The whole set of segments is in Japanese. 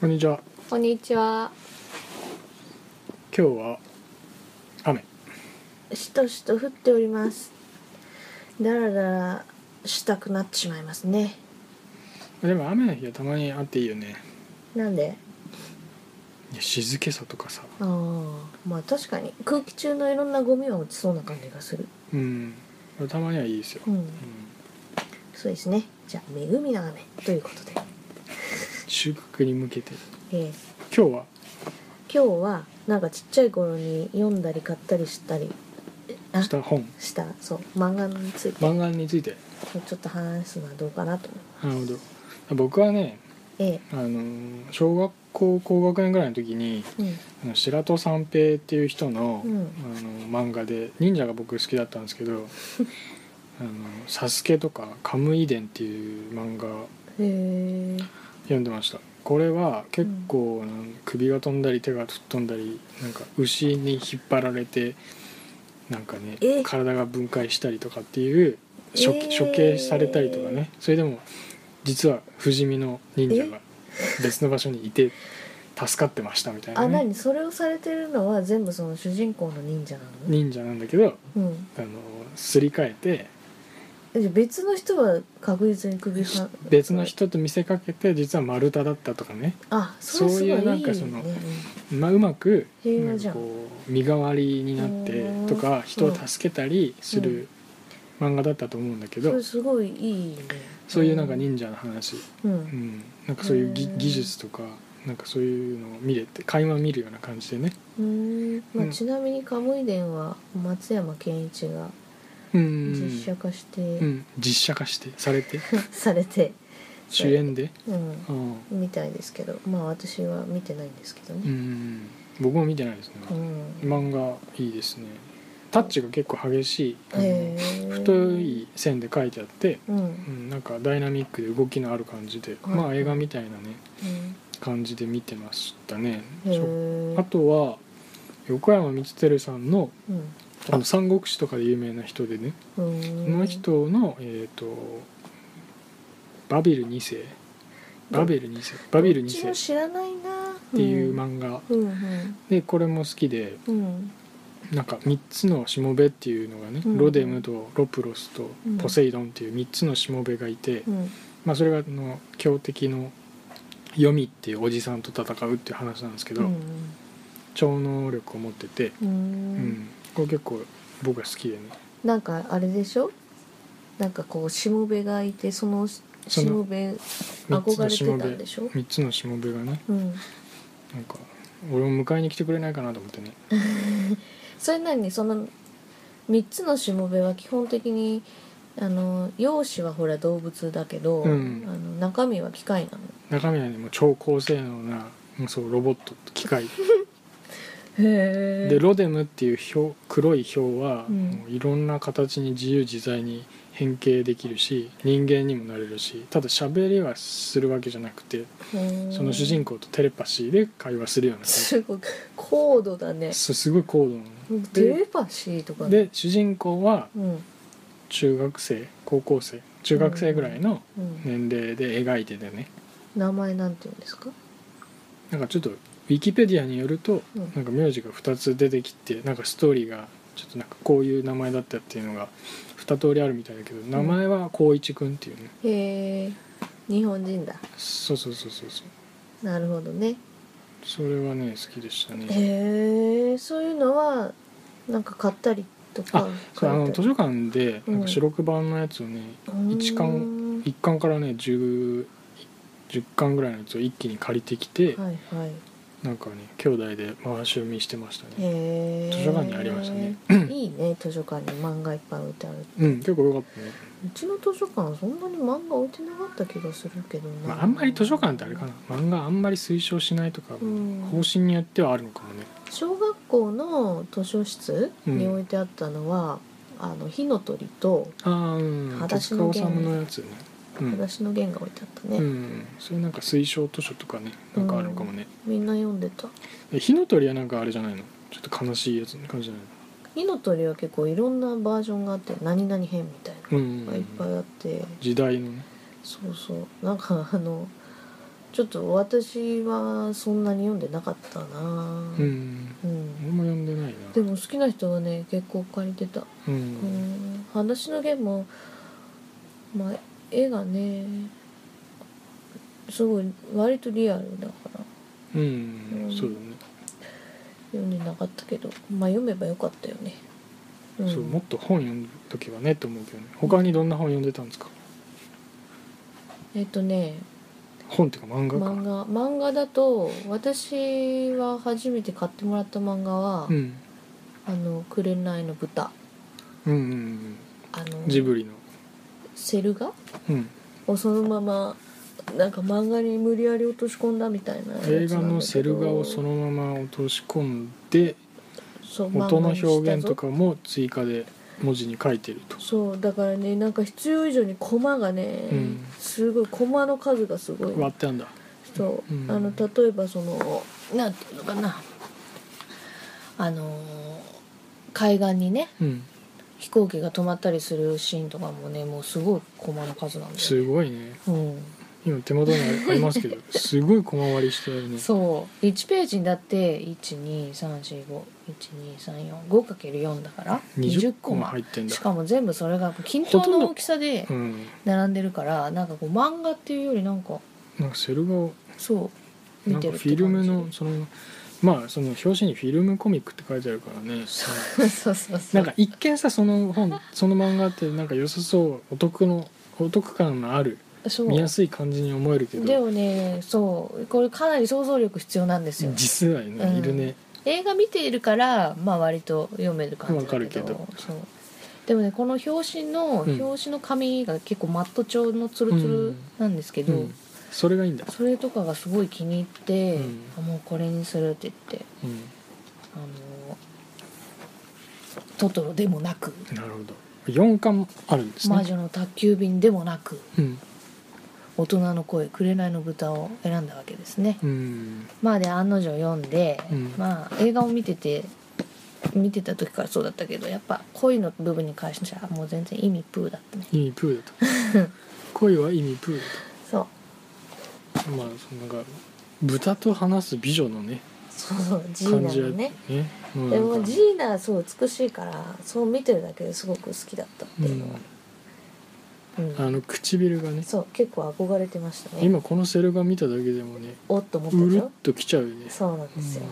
こんにちはこんにちは。今日は雨しとしと降っております。だらだらしたくなってしまいますね。でも雨の日はたまにあっていいよねなんで？いや静けさとかさああ、まあ確かに空気中のいろんなゴミは落ちそうな感じがする。うんたまにはいいですよ、ううんん、そうですね。じゃあ恵みの雨ということで、収穫に向けてえー今日は今日はなんかちっちゃい頃に読んだり買ったりしたりあした本したそう漫画について漫画についてちょっと話すのはどうかなと思う。なるほど僕はねえあの小学校高学年ぐらいの時にえうんあの白戸三平っていう人の,、うんあの漫画で忍者が僕好きだったんです けど「あのサスケとか「カムイ伝」っていう漫画へえ読んでましたこれは結構なん首が飛んだり手が吹っ飛んだりなんか牛に引っ張られてなんかねえ体が分解したりとかっていう処えー処刑されたりとかねそれでも実は不死身の忍者が別の場所にいて助かってましたみたいあ、な、ね、何それをされてるのは全部その主人公の忍者なの、忍者なんだけどうんあのすり替えてえじゃあ別の人は確実に首は別の人と見せかけて実は丸太だったとかね、あそれすごいいいそういねうなんかそのまあ、うまく平な和んじかゃんこう身代わりになってとか人を助けたりする漫画だったと思うんだけそどれすごいいいねそういうなんか忍者の話、ううんん、なんかそういうぎへー技術とかなんかそういうのを見れて会話見るような感じでねうん、まあうんちなみに「カムイ伝」は松山ケンイチがうん実写化して、うん、実写化してされて されて、主演でうんあ、あみたいですけどまあ私は見てないんですけどうね、ん僕も見てないですねうん漫画いいですねタッチが結構激しいあのへー太い線で書いてあってうん、ううん、なんかダイナミックで動きのある感じで、はいまあ映画みたいなねん感じで見てましたね、へそうえあとは横山光輝さんのうん「あの三国志」とかで有名な人でね、うこのん人の、えっとバビル2世バビル2世バビル2うち世もっ知らないなっていう漫画、うんうんでこれも好きでうんなんか3つのしもべっていうのがね、うんロデムとロプロスとうんポセイドンっていう3つのしもべがいて、うんまあ、それがあの強敵の読みっていうおじさんと戦うっていう話なんですけうど、ん超能力を持ってて、ううんんこれ結構僕が好きでねなんかあれでしょなんかこうしもべがいてそのしそのもべ3つ憧のれしてもたんべでしょ3つのしもべがねうんなんか俺も迎えに来てくれないかなと思ってねそれなのにその3つのしもべは基本的にあの容姿はほら動物だけど、うんあの中身は機械なの中身はねもう超高性能なもうそうロボット機械へでロデムっていう表黒い表は、うんもういろんな形に自由自在に変形できるし人間にもなれるしただ喋りはするわけじゃなくてその主人公とテレパシーで会話するような感じすごい高度だねそうすごい高度なのテでレパシーとかねで主人公はうん中学生高校生中学生ぐらいのう年ん齢で描いててね名前なんて言うんですかなんかちょっとウィキペディアによるとうんなんか名字が2つ出てきてなんかストーリーがちょっとなんかこういう名前だったっていうのが2通りあるみたいだけど名前は光一くんっていうねへえ日本人だそうそうそうそうそうなるほどねそれはね好きでしたねへえそういうのはなんか買ったりとかあそうあの図書館でなんうかん白黒板のやつをね一巻1巻からね 10, 10巻ぐらいのやつを一気に借りてきて、はいはいなんかね兄弟で回し読みしてましたね、へえ図書館にありましたねいいね図書館に漫画いっぱい置いてあるうん結構良かったね、うちの図書館はそんなに漫画置いてなかった気がするけどな、まあ、あんまり図書館ってあれかな漫画あんまり推奨しないとか、ん方針によってはあるのかもね小学校の図書室に置いてあったのは「あの火の鳥」とああうん裸手足の塚治ゲーム虫のやつねう「ん、私の弦」が置いてあったね、うん、それなんか推奨図書とかねなんかあるのかもね、みんな読んでたえ火の鳥はなんかあれじゃないのちょっと悲しいやつ感じじゃない火の鳥は結構いろんなバージョンがあって何々編みたいのなうん、のがいっぱいあって時代のねそうそうなんかあのちょっと私はそんなに読んでなかったなうんうん俺も読んでないなでも好きな人はね結構借りてた、ううんん、話の弦もまあ絵がねすごい割とリアルだからうん、うんそうだね、読んでなかったけどまあ読めばよかったよね、うん、そうもっと本読む時はねと思うけどね他にどんな本読んでたんですかえっとね本っていうか漫画か漫画漫画だと私は初めて買ってもらった漫画は「うん、あの紅の豚うんうんうん」あのジブリのセル画うんをそのままなんか漫画に無理やり落とし込んだみたいなやつなんだけど映画のセル画をそのまま落とし込んでそう音の漫画にした表現ぞとかも追加で文字に書いてるとそうだからねなんか必要以上にコマがね、うんすごいコマの数がすごい割ってあんだそう、うんあの例えばそのなんていうのかなあの海岸にねうん飛行機が止まったりするシーンとかもねもうすごいコマの数なんですよ、すごいねうん、今手元にあり ますけどすごい小回りしてあるねそう1ページにだって12345123455×4 だから20 20個コもマ入ってんだしかも全部それが均等ほとんのど大きさでうん並んでるからなんかこう漫画っていうよりなんかなんかセル画をそうな見んてかるフって感ィじルムのそのまあその表紙にフィルムコミックって書いてあるからねそうそうそうなんか一見さその 本その漫画ってなんか良さそうお得のお得感のあるそう見やすい感じに思えるけでどもねそうこれかなり想像力必要なんですよ実際ね、うんいるね映画見ているからまあ割と読める感じだけどわかるけどそうでもねこの表紙の、うん表紙の紙が結構マット調のツルツルなんですけど、うんそれがいいんだ、それとかがすごい気に入って、うんあもうこれにするって言ってうん、あのトトロでもなく、なるほど4巻もあるんです魔ね、女の宅急便でもなくうん大人の声紅の豚を選んだわけですね、うんまあで案の定読んで、うんまあ映画を見てて見てた時からそうだったけどやっぱ恋の部分に関してはもう全然意味プーだったね意味プーだと 恋は意味プーだそうとまあそのなんか豚と話す美女のねそうそうジー感ナじはのねねうでなんもかジーナはそう美しいからそう見てるだけですごく好きだったっていうのは、うんうん、あの唇がねそう結構憧れてましたね今このセル画見ただけでもねおっと思ったうでしるっょときちゃうよねそうなんですよ、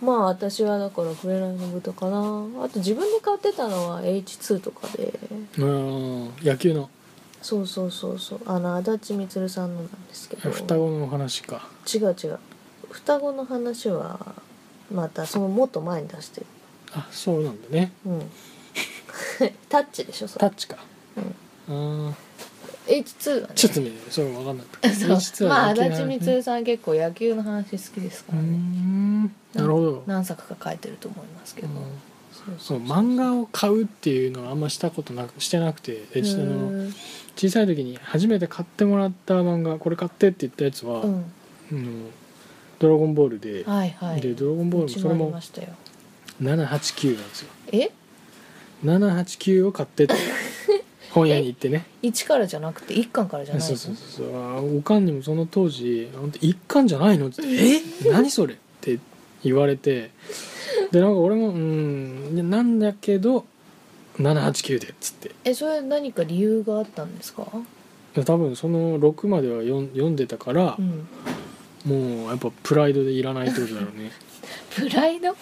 まあ私はだから「触れないの豚」かなあと自分で買ってたのは H2 とかでうん、あー野球のそうそうそうそうあの足立みつるさんのなんですけど双子のお話か違う違う双子の話はまたそのもっと前に出してるあそうなんだねうん タッチでしょそタれッチかうんあー H2 はねちょっとねそれ分かんなかった そうまあ足立みみつるさん結構野球の話好きですからねんなるほど何作か書いてると思いますけど、うんそうそう漫画を買うっていうのはあんましたことなくしてなくてえちあのうん小さい時に初めて買ってもらった漫画これ買ってって言ったやつは「うんあのドラゴンボールで」はいはいでドラゴンボールもうちそもれありもましたよ789なんですよえ789を買ってって 本屋に行ってね一からじゃなくて一巻からじゃないのそうそうそうそうあーおかんにもその当時「本当一巻じゃないの?」って言って「え何それ?」って言われてでなんか俺も「うんいやなんだけど789で」っつってえそれは何か理由があったんですかで多分その6までは読ん読んでたからう、んもうやっぱプライドでいらないってことだろう ねプライドうん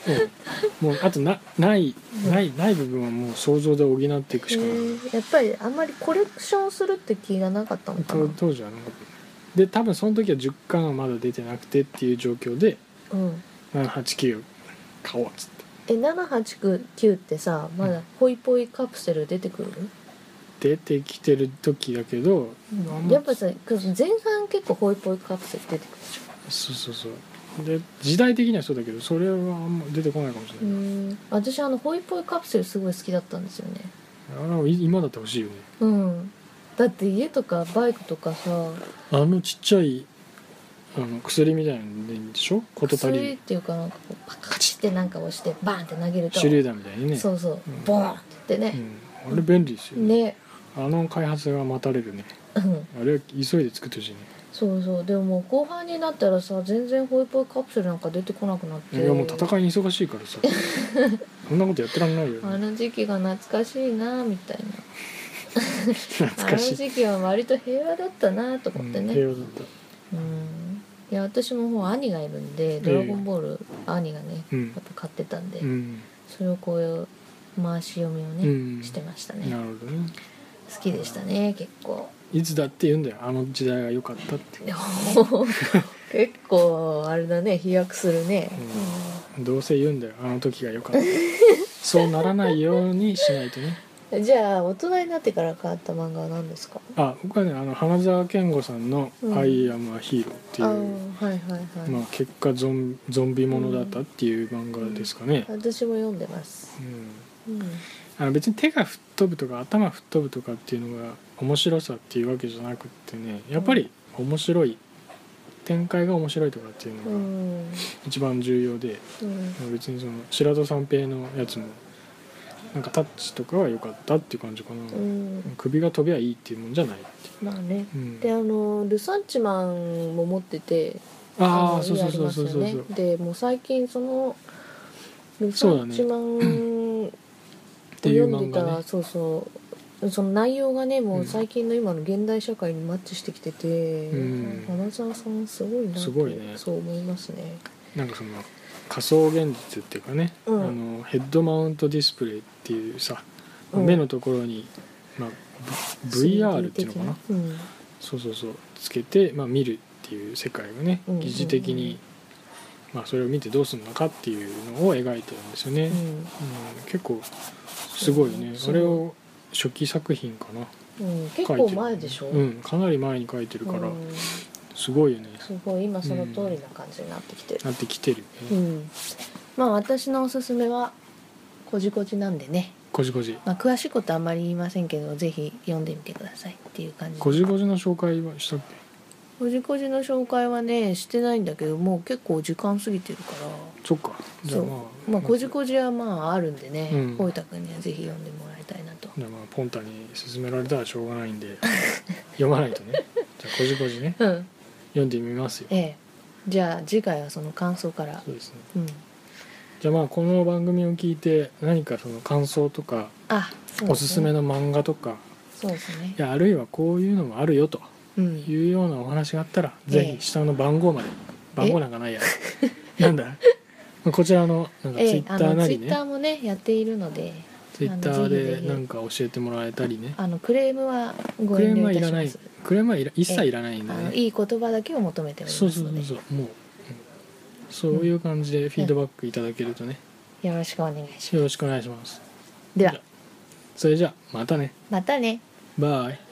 もうあとなないないない部分はもう想像で補っていくしかない、うんやっぱりあんまりコレクションするって気がなかったのかな当当時はなんかで多分その時は10巻はまだ出てなくてっていう状況でうん789買おうっつってえ789ってさまだポイポイカプセル出てくる、出てきてる時だけどうんやっぱさ前半結構ポイポイカプセル出てくるでしそうそうそうで時代的にはそうだけどそれはあんま出てこないかもしょうれない、ん私あのポイポイカプセルすごい好きだったんですよねあらい今だって欲しいよねうんだって家とかバイクとかさあのちっちゃいあの薬みたいなのでいいんでしょこと足薬っりていうかなんかこうパカチってなんか押してバーンって投げると手榴弾みたいにねそうそう、うんボーンってね、うん、あれ便利ですよねねあの開発が待たれるねうんあれは急いで作ってほしいねそうそうでももう後半になったらさ全然ホイポイカプセルなんか出てこなくなっていやもう戦いに忙しいから さそんなことやってらんないよ、あね、の時期が懐かしいなみたいな懐あかのしい、時期は割と平和だったなとう思んってね、平和だったうんいや私ももう兄がいるんで「ドラゴンボール」兄がねうんやっぱ買ってたんで、うん、それをこういう回し読みをね、うんしてましたなねるほどね好きでしたね結構いつだって言うんだよあの時代が良かったってで も結構あれだね飛躍するね、どうせ言うんだよあの時が良 かったそうならないようにしないとねうんじゃあ大人になってから買った漫画は何ですかあ僕はねあの花澤健吾さんのう「んアイ・アム・ア・ヒーロー」っていああう、はいはいはい、まあ、結果ゾンゾンビものだったっていう漫画ですかね、私も読んでます、うんうん、あの別に手が吹っ飛ぶとか頭吹っ飛ぶとかっていうのが面白さっていうわけじゃなくってねやっぱり面白い展開が面白いとかっていううのがん一番重要で、うん別にその白戸三平のやつもなんかタッチとかは良かったっていう感じかな、うん首が飛びゃいいっていうもんじゃないってまあねいう、うんであのルサンチマンも持っててあのあそうそうそうそう家ありそうますそようねでもう最近そのルサンチマンをてい読うんで漫た、画ねそうそうその内容がねもううん最近の今の現代社会にマッチしてきてて、うん花澤さんすごいなってすごいねそう思いますねなんかその仮想現実っていうかね、うんあのヘッドマウントディスプレイっていうさ、うん目のところに、まあ、V- VR っていうのかな 3D 的なそうそうそうつけて、まあ、見るっていう世界がねうん疑似的に、うんうんまあ、それを見てどうするのかっていうのを描いてるんですよね、ううんん、結構すごいねそうあれを初期作品かなうんうん、結書いて構る前でしょ、うん、かなり前に書いてるから、うんすごいよねすごい今その通りな感じになってきてるなってきてるようね、ん、まあ私のおすすめはこじこじなんでね、こじこじまあ、詳しいことあんまり言いませんけどぜひ読んでみてくださいっていう感じこじこじの紹介はしたっけこじこじの紹介はねしてないんだけどもう結構時間過ぎてるからそっかじゃあそうまあまあこじこじはまああるんでねうん大分、君にはぜひ読んでもらいたいなとじゃあまあポンタに勧められたらしょうがないんで読まないと ねじゃあこじこじねうん読んでみますよええじゃあ次回はその感想からそうですねうんじゃあまあこの番組を聞いて何かその感想とかあそうですねおすすめの漫画とかそうですねいやあるいはこういうのもあるよとうんいうようなお話があったらええぜひ下の番号まで番号なんかないや なんだこちらのなんかツイええッタあーのなツイりッタねーもねやっているのでツイッタあのぜひぜーひでなんか教えてもらえたりねあのクレームはごクレ遠ーム慮はいいたらしなまいす。クレームはいら一切いらないんだあのねいい言葉だけを求めておりますそうのでそうそうそうもうそういう感じでフィードバックいただけるとねよろしくお願いしますよろしくお願いしますではそれじゃあまたねまたねバイ